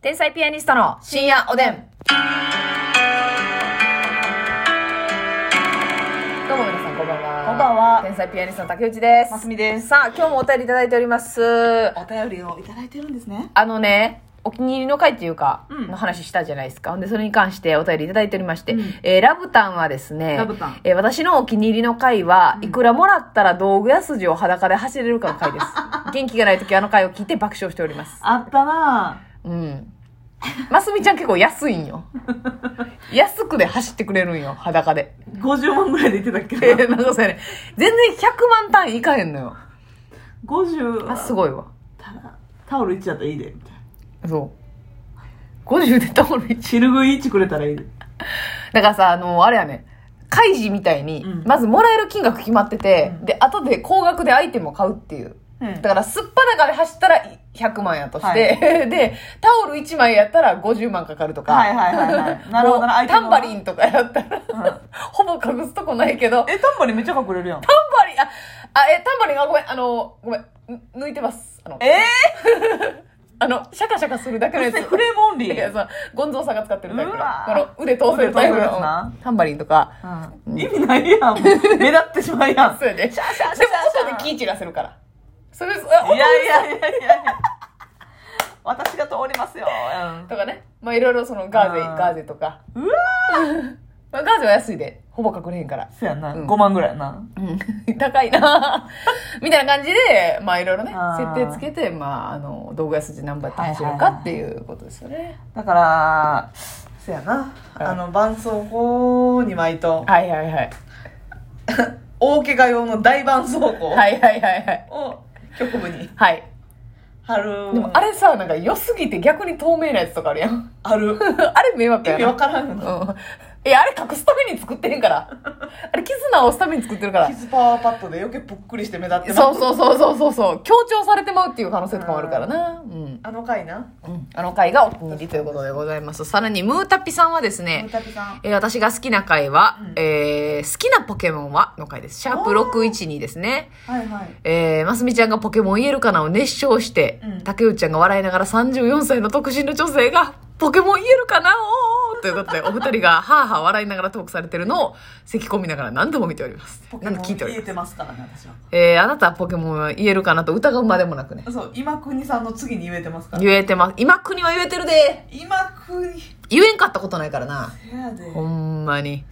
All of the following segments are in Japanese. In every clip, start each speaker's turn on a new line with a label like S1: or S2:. S1: 天才ピアニストの深夜おでん。どうも皆さんこんばんは。
S2: こんばんは
S1: 天才ピアニストの竹内です。
S2: ますみです
S1: さあ、今日もお便りいただいております。
S2: お便りをいただいてるんですね
S1: あのね、お気に入りの回っていうか、
S2: うん
S1: の話したじゃないですか。ほんで、それに関してお便りいただいておりまして、
S2: うん
S1: えーラブタンはですね、
S2: ラブタン
S1: えー私のお気に入りの回は、いくらもらったら道具や筋を裸で走れるかの回 です。元気がない時あの回を聞いて爆笑しております。
S2: あったな
S1: うん。ますみちゃん結構安いんよ。安くで走ってくれるんよ、裸で。
S2: ぁ50万ぐらいで言ってたっ
S1: え
S2: け
S1: ーなんかそうやね。全然100万単位いかへんのよ。
S2: 50
S1: あ、す
S2: ごい
S1: ごいわ。
S2: タオル1だったらいいでみたいな
S1: そう。50でタオル1
S2: 汁食い1くれたらいいで
S1: だからさ、あの、あれやね、開示みたいに
S2: うん、
S1: まずもらえる金額決まってて、
S2: うん
S1: で、後で高額でアイテムを買うっていう。だから、すっぱだかで走ったら100万やとして、 で、タオル1枚やったら50万かかるとか、
S2: はいはいはい はいなる
S1: も
S2: ほどな
S1: う
S2: アイテム
S1: タ
S2: は
S1: ンバリンとかやったら、 ほぼ隠すとこないけど、タン
S2: えタンバリンめっちゃ隠れるやん
S1: バリン、あ、あえ、タンバリンはごめん、あの、ごめん、ん抜いてます。あの、
S2: え
S1: あのシャカシャカするだけの
S2: ぇ
S1: やつ。
S2: フレームオンリ
S1: いや
S2: ー
S1: そうゴンゾーさんが使ってるタイプ
S2: うわ
S1: のこの腕通せるタイプ
S2: 腕通せるやつ
S1: の
S2: な
S1: タンバリンとか、
S2: うん意味ないやんもう目立ってしまうやん
S1: そうやで。シャシャシャシャでも音で気散らせるから。それ、
S2: いや
S1: あ
S2: いやいやいやいや私が通りますよ、うん
S1: とかね。まあいろいろそのガーゼ、
S2: あー
S1: ガーゼとか。
S2: うわ
S1: まあガーゼは安いで。ほぼ隠れへんから。
S2: そうやんな、
S1: うん
S2: 5万ぐらいやな
S1: うん。 高いなみたいな感じで、まあいろいろね
S2: あ、ー
S1: 設定つけて、まああの、道具や筋何番って走るかっていうことですよね。
S2: だからそうやな、
S1: うん
S2: あの絆創膏2枚と
S1: はいはいはい。
S2: 大怪我用の大絆創
S1: は
S2: 膏
S1: いはいはいはい。
S2: を局部に
S1: はい。
S2: 貼る
S1: でもあれさ、なんか良すぎて逆に透明なやつとかあるやん。
S2: ある
S1: あれ迷惑
S2: 意
S1: や
S2: 味
S1: な
S2: わ。からん よな
S1: うん。いや、あれ隠すために作ってへんから。あれ、絆を押すために作ってるから
S2: キ。スパワーパッドで余計ぷっくりして目立ってまう
S1: そうそうそうそうそうそう強調されてまうっていう可能性とかもあるからなうん、
S2: あの回な
S1: うん、あの回がお気に入りということでございますさらにムータピさんはです
S2: ム
S1: ね、
S2: タピさん
S1: えー私が好きな回は、
S2: うん
S1: えー好きなポケモンはの回ですシャープ612ですね
S2: はいはい
S1: えー、ますみちゃんがポケモン言えるかなを熱唱して、
S2: うん
S1: 竹内ちゃんが笑いながら34歳の独身の女性が、ポケモン言えるかなおーという ことで、お二人がハーハー笑いながらトークされてるのを、咳込みながら何度も見ております。
S2: ポケモ
S1: 何度
S2: ン
S1: も聞いており
S2: 言え
S1: ます。
S2: てますからね私は
S1: えー、あなたはポケモンは言えるかなと疑うまでもなくね。
S2: そう今国さんの次に言えてますから
S1: 言えてます。今国は言えてるで。
S2: 今国
S1: 言えんかったことないからな。
S2: せやで
S1: ほんまに。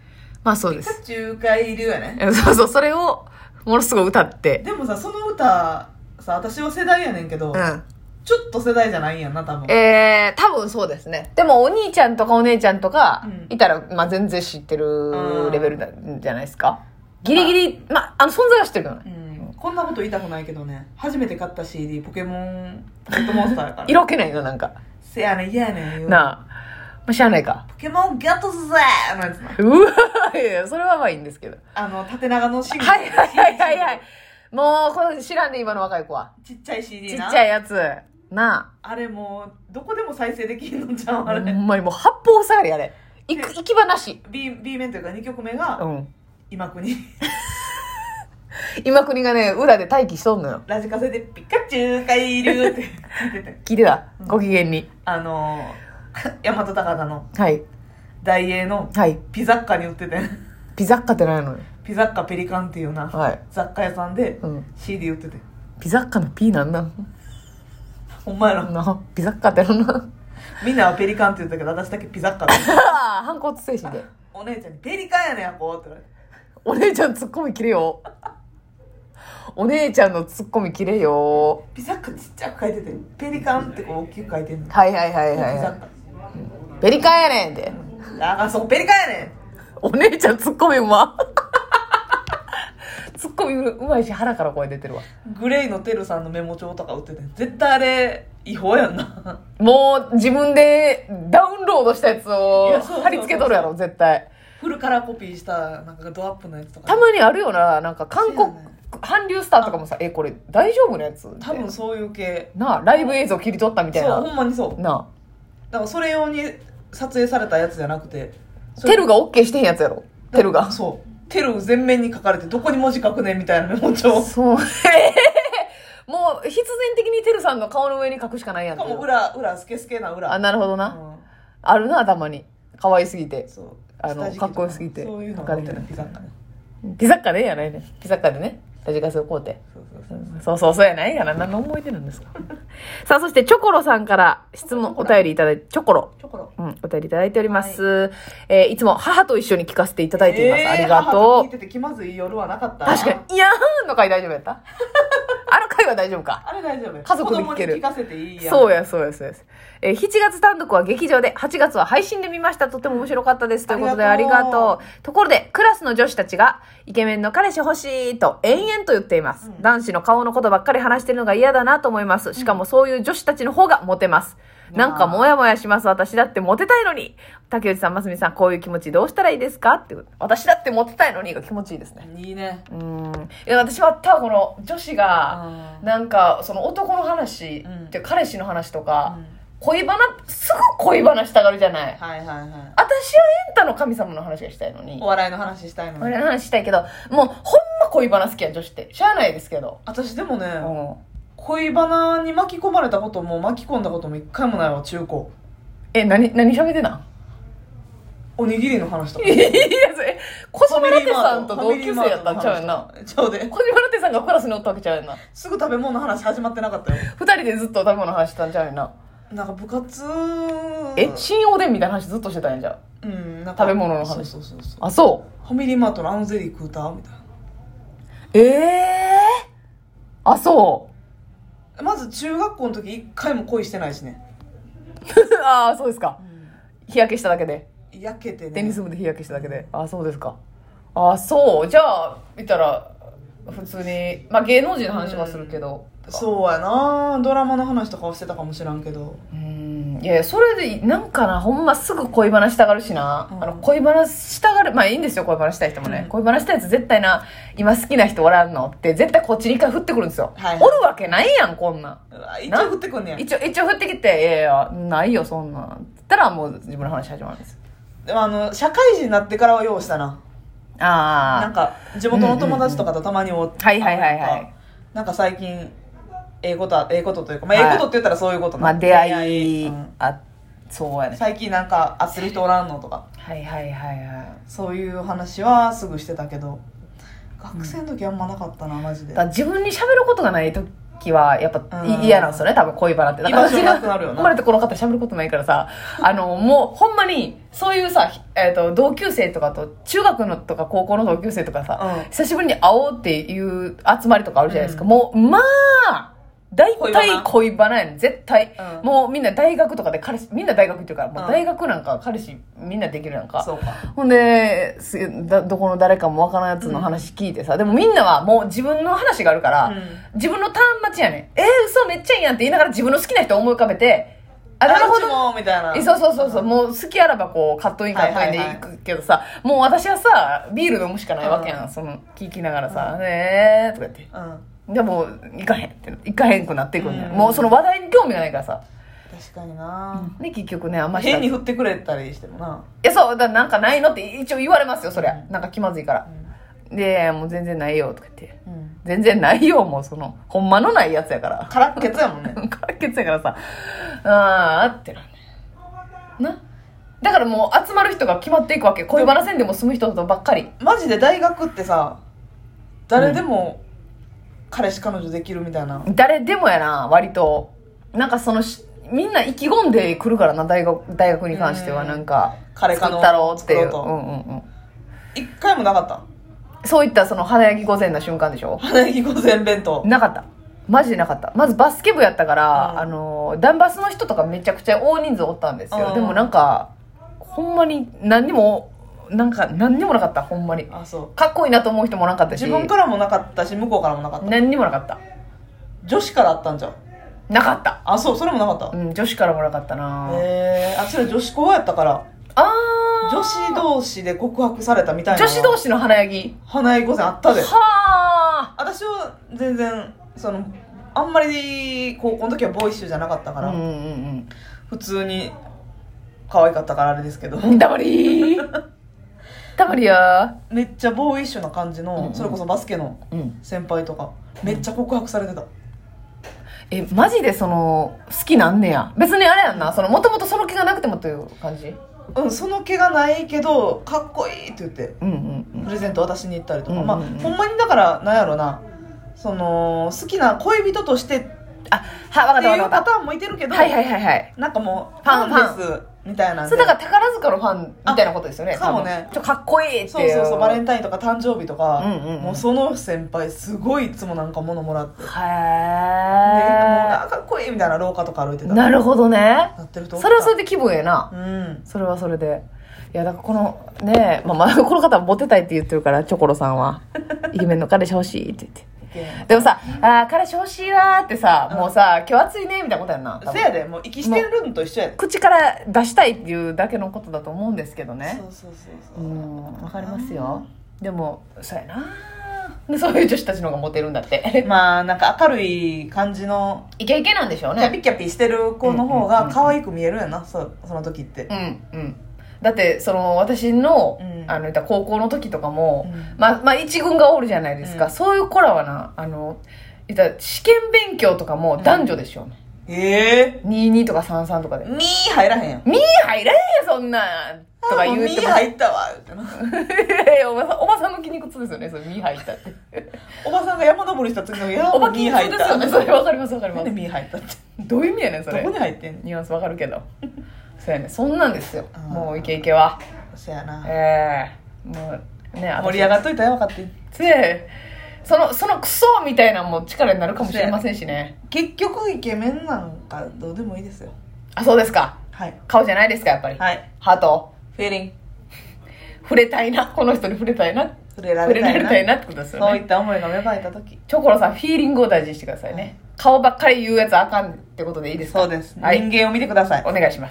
S1: まあそうです。
S2: 中華入りやね
S1: え そうそう、それを、ものすごい歌って。
S2: でもさその歌さ私は世代やねんけど、
S1: うん。
S2: ちょっと世代じゃないんやんな多分
S1: えー、多分そうですね。でもお兄ちゃんとかお姉ちゃんとか
S2: うん
S1: いたら、まあ全然知ってるレベルなんじゃないですか。ギリギリ、まあ、あの存在は知ってるけど
S2: う
S1: ね。
S2: んこんなこと言いたくないけどね初めて買った CD ポケモンポケットモンスターやから
S1: 色気ないのなんか。
S2: せやねん嫌やねん言う
S1: なあ。まあ、知らないか。
S2: ポケモンゲットすぜのやつな
S1: うわいやいやそれはまあいいんですけど。
S2: あの縦長のシングル
S1: はいはいはいはいはい。もう、この知らんで、今の若い子は。
S2: ちっちゃい CD
S1: ちっち
S2: な
S1: ゃいやつ。な
S2: あれもうどこでも再生できんのじゃん
S1: あ。
S2: あ
S1: ほ
S2: れ
S1: んまにもう八方塞がりあれ。行く、行き場なし。
S2: B, B 面というか2曲目
S1: う
S2: が
S1: ん。
S2: 今国
S1: 今国がね、裏で待機しとんのよ。
S2: ラジカセでピカチュウ海流って言っ てて
S1: 聞いてた
S2: うん
S1: ご機嫌に。
S2: あの大和高田の
S1: はい。
S2: 大英の
S1: はい。
S2: ピザッカに売ってて
S1: ピザッカってないのよ。
S2: ピザッカペリカンっていうな
S1: はい。
S2: 雑貨屋さんで
S1: うん
S2: CD 売ってて
S1: ピザッカの P なんなん
S2: ほんまやろ
S1: なピザッカってなんなん
S2: みんなはペリカンって言ったけど私だけピザッカだった
S1: あ あ、反骨精神で。
S2: お姉ちゃんに「ペリカンやねんやこう」って言われ
S1: お
S2: て
S1: 姉ちゃんツッコミ切れよ。お姉ちゃんのツッコミ切れよ。
S2: ピザッカちっちゃく書いててペリカンってこう大きく書いてんのピ
S1: はいはいはい
S2: ザ
S1: はい、は
S2: ッカ
S1: い。ベリカンやねんって。
S2: ああそうペリカンやねん
S1: お姉ちゃんツッコミう ま。ツッコミうまいし腹から声出てるわ。
S2: グレイのテルさんのメモ帳とか売ってて絶対あれ違法やんな
S1: もう自分でダウンロードしたやつ
S2: い
S1: を
S2: やそうそうそう
S1: 貼り付けとるやろ、絶対。
S2: フルカラーコピーしたなんかドアップのやつと
S1: た
S2: か
S1: まにあるよな、なんか韓
S2: そう
S1: 国
S2: やね、
S1: 韓流スターとかもさ、え、これ大丈夫なやつ
S2: 多分そういう系
S1: なあ、ライブ映像切り取ったみた
S2: そ
S1: いう
S2: ほ
S1: な。
S2: んまにそう
S1: な
S2: だからそれ用に撮影されたやつじゃなくて
S1: あ。テルが OK してへんやつやろ。テルが。
S2: そうテル全面に書かれてどこに文字書くねんみたいなメモ帳
S1: そう。え もう必然的にテルさんの顔の上に書くしかないやん
S2: かも裏裏スケスケな裏
S1: あなるほど
S2: う
S1: な、
S2: ん
S1: あるな頭に可愛すぎて
S2: そう
S1: あの
S2: 下敷きと
S1: かっこよすぎて
S2: そういうの
S1: 書かれ
S2: がれ
S1: て
S2: て
S1: る
S2: るピザかな
S1: ピザッカでやないねピザッカでねラジカセを買うて
S2: そうそうそう
S1: そうそうそうやないやな何の思い出なんですかさあそしてチョコロさんから質問お便りいただいてチョコロ
S2: チョコロ
S1: うん、お便りいただいております。えーいつも母と一緒に聞かせていただいています。
S2: えー
S1: ありが
S2: 母
S1: と。
S2: 聞いうてて気まずい夜はなかった
S1: 確かに、いやーんの回大丈 夫やったあの回は大丈夫か。
S2: あれ大丈夫
S1: 家族に聞
S2: 子
S1: け
S2: 供
S1: る
S2: に聞かせていいやん
S1: そうや、そうや、そうや。えー7月単独は劇場で、8月は配信で見ました。とても面白かったです。ということで、あ
S2: あ
S1: り
S2: り
S1: がと
S2: が
S1: う。
S2: とう
S1: ところで、クラスの女子たちが、イケメンの彼氏欲しいと延々と言っています。
S2: うん
S1: 男子の顔のことばっかり話してるのが嫌だなと思います。しかもそういう女子たちの方がモテます。
S2: うん
S1: なんかモヤモヤします。私だってモテたいのに。竹内さん、ますみさん、こういう気持ちどうしたらいいですかっていう私だってモテたいのにが気持ちいいですね。
S2: いいね
S1: うん。いや、私は多分この女子が、
S2: うん
S1: なんかその男の話、
S2: うん
S1: って彼氏の話とか、
S2: うん
S1: 恋バナすぐ恋バナしたがるじゃない、
S2: はいはいはい
S1: 私はエンタの神様の話がしたいのに
S2: お笑いの話したいの
S1: 俺の話したいけどもうほんま恋バナ好きやん女子ってしゃあないですけど、
S2: 私でもね
S1: うん
S2: 恋バナに巻き込まれたことも巻き込んだことも一回もないわ中高
S1: え何何喋ってな
S2: おにぎりの話とか
S1: いやそれコジマラテさんと同級生やったんちゃうやんな
S2: ちゃうで
S1: コジマラテさんがクラスにおったわけちゃうやんな
S2: すぐ食べ物の話始まってなかったよ
S1: 二人でずっと食べ物の話してたんちゃうやんな
S2: なんか部活
S1: え新おでんみたいな話ずっとしてたんやんじゃん
S2: うんなんか
S1: 食べ物の話
S2: そうそうそうそう
S1: あそう
S2: ファミリーマートのあのゼリー食うたみたいな
S1: ええー、あそう
S2: まず中学校の時一回も恋してないしね、
S1: ああそうですか日焼けしただけで
S2: 焼けてね
S1: テニス部で日焼けしただけでああそうですかああそうじゃあ見たら普通にまあ芸能人の話はするけどう
S2: そうやなドラマの話とかはしてたかもしらんけど
S1: うんいやそれでなんかなほんますぐ恋バナしたがるしな、
S2: うん
S1: あの恋バナしたがるまあいいんですよ恋バナしたい人もね、
S2: うん
S1: 恋バナしたやつ絶対な今好きな人おらんのって絶対こっちに一回降ってくるんですよ、
S2: はい
S1: おるわけないやんこんなん
S2: うわ一
S1: な
S2: 応降ってくんねや
S1: 一応一応降ってきて「いやいやないよそんなん」って言ったらもう自分の話始まるんです
S2: でもあの社会人になってからは用意したな
S1: ああ
S2: なんか地元の友達とかとたまにおっ
S1: はいはいはいはい
S2: なんか最近ええことはええことというかまあええ
S1: はい
S2: ことって言ったらそういうことな
S1: まあ出会い、
S2: うん
S1: あそうやね
S2: 最近なんか会ってる人おらんのとか
S1: はいはいはいは
S2: そういう話はすぐしてたけど学生の時あんまなかったなマ
S1: い
S2: ジ
S1: だ
S2: で
S1: から自分に喋ることがない時はやっぱい
S2: うん
S1: 嫌なんですよね多分恋バナってだから
S2: 居場所なくなるよな
S1: 生まれてこの方喋ることないからさあのもうほんまにそういうさ、えー、と同級生とかと中学のとか高校の同級生とかさ、
S2: うん
S1: 久しぶりに会おうっていう集まりとかあるじゃないですか、
S2: うん
S1: もうまあ大
S2: 恋バ
S1: 体
S2: ナ
S1: 恋バナやねん絶対、
S2: うん
S1: もうみんな大学とかで彼氏みんな大学行ってるからもううん大学なんか彼氏みんなできるやんか、
S2: そうか
S1: ほんで、すだどこの誰かもわからんやつの話聞いてさ、でもみんなはもう自分の話があるから、
S2: うん
S1: 自分のターン待ちやねん。えー、嘘めっちゃいいやんって言いながら自分の好きな人を思い浮かべて、あ、
S2: あ
S1: なるほ
S2: うち
S1: ど。
S2: もみたいな
S1: えそうそうそうそう、もう好きあらばこうカットインカットインで
S2: はいはいはい
S1: 行くけどさ、もう私はさビール飲むしかないわけやん、
S2: うん
S1: その聞きながらさ「ねえ」とか言って
S2: うん
S1: でも行かへんって行かへんくなっていくんだよ、
S2: うん
S1: もうその話題に興味がないからさ
S2: 確かにな
S1: で結局ねあんました
S2: 変に振ってくれたりしてもな、
S1: いやそうだからなんかないのって一応言われますよそりゃ、なんか気まずいから
S2: う、ん
S1: で、もう全然ないよとか言って。
S2: うん、
S1: 全然ないよ、もうその、ほんまのないやつやから。
S2: 空っけつやもんね
S1: からっけつやからさ、あーってなんねんな。だからもう集まる人が決まっていくわけ。恋バナせんでも住む人とばっかり。
S2: マジで大学ってさ誰でも彼氏彼女できるみたいな、
S1: 誰でもやな、割と。なんかそのし、みんな意気込んでくるからな、大学、大学に関しては。
S2: うん
S1: なんか、
S2: 彼か
S1: 作
S2: の
S1: ったろうっていう。う
S2: 作ろうんと
S1: うんうん。
S2: 一回もなかった
S1: そういったその、華やぎ御前な瞬間でしょ
S2: 花焼き御膳弁当
S1: なかったマジでなかったまずバスケ部やったから、
S2: うん
S1: あのダンバスの人とかめちゃくちゃ大人数おったんですよ、
S2: うん
S1: でもなんかほんまに何にもなんか何にもなかったほんまに
S2: あそう
S1: かっこいいなと思う人もなかったし
S2: 自分からもなかったし向こうからもなかった
S1: 何にもなかった
S2: 女子からあったんじゃん
S1: なかった
S2: あそうそれもなかった
S1: うん女子からもなかったな
S2: へえあちら女子校やったから
S1: あー
S2: 女子同士で告白されたみたいな
S1: 女子同士の華やぎ
S2: 花江御膳あったで
S1: は
S2: 私は全然そのあんまり高校の時はボーイッシュじゃなかったか
S1: あう
S2: ら、
S1: んうん
S2: 普通に可愛かったからあれですけど
S1: うん黙りー黙りや
S2: めっちゃボーイッシュな感じの、
S1: うんうん
S2: それこそバスケの
S1: ーうん
S2: 先輩とかめっちゃ告白されてた、
S1: えマジでその好きなんねや別にあれやんなそのもともとその気がなくてもという感じ
S2: うん、その気がないけどかっこいいって言って
S1: うんうん
S2: プレゼント渡しに行ったりとか、
S1: うんうんうん
S2: まあほんまにだからなんやろなその好きな恋人としてっていう
S1: あは分かった分かっ
S2: パターンもいてるけ
S1: た
S2: ど、
S1: はいはいはいはい
S2: なんかもう
S1: ファン
S2: ですみたいなん
S1: そ
S2: で
S1: れだから宝塚のファンみたいなことですよね
S2: あかもね
S1: 多分ちょっとかっこいいっていう
S2: そうそうそうバレンタインとか誕生日とか、
S1: うんうんうん
S2: もうその先輩すごいいつもなんか物もらって、
S1: へ
S2: でもうな
S1: え
S2: んかかっこいいみたいな廊下とか歩いてた
S1: なるほどね
S2: なってると思
S1: それはそれ
S2: れ
S1: で気分ええな
S2: うん
S1: それはそれでいやだからこのねまあ、まあ、この方はモテたいって言ってるからチョコロさん はイケメンの彼氏欲しいって言ってでもさ「あー彼氏欲しいわ」ってさ、
S2: うん
S1: もうさ「今日暑いね」みたいなことやんな多分
S2: せやでもう息してるんと一緒やで
S1: 口から出したいっていうだけのことだと思うんですけどね
S2: そうそうそう
S1: う
S2: そう、
S1: んわかりますよでもそうやなでそういう女子たちの方がモテるんだって
S2: まあなんか明るい感じの
S1: イケイケなんでしょう
S2: キャ
S1: ね
S2: ピキャピしてる子の方
S1: うんうんうんう
S2: が
S1: ん
S2: 可愛く見えるやんなそその時って
S1: う、んうんだってその私の,、
S2: うん
S1: あの言ったら高校の時とかも、
S2: うん
S1: まあ、まあ一軍がおるじゃないですか、
S2: うん
S1: そういう子らはなあの言ったら試験勉強とかも男女でしょうね、
S2: ええ
S1: 22とか33とかで「
S2: ミー入らへんやん
S1: みー入らへんよそんなん」とか言う
S2: ミ
S1: て
S2: ー
S1: も
S2: 入ったわってな
S1: おばさんおばさんの筋肉痛ですよねそれ「みー入った」って
S2: おばさんが山登りした次の日いや
S1: おば
S2: ミ
S1: き
S2: ー
S1: んち
S2: 入
S1: ょ
S2: っ
S1: ですよ
S2: た
S1: ねそれわかりますわかりま
S2: なんですミー入ったって
S1: どういう意味やねんそ
S2: ど
S1: れ
S2: こに入ってんの
S1: ニュアンスわかるけどそうやねそんなんですよ
S2: うん
S1: もうイケイケは
S2: そやな
S1: ええもうね
S2: 盛り上がっ
S1: っ
S2: といたらよかって
S1: てそのそのクソみたいなのも力になるかもしれませんしね
S2: 結局イケメンなんかどうでもいいですよ
S1: あそうですか
S2: はい
S1: 顔じゃないですかやっぱり、
S2: はい
S1: ハート
S2: フィーリング
S1: 触れたいなこの人に触れたいな
S2: 触れら
S1: 触れ
S2: れ
S1: ら
S2: たい
S1: れ
S2: な
S1: たいなってことですよ
S2: そうい
S1: ね
S2: った思いが芽生えた時
S1: チョコロさんフィーリングを大事にしてくださいね、顔ばっかり言うやつあかんってことでいいですか
S2: そうです、
S1: はい
S2: 人間を見てください
S1: お願いします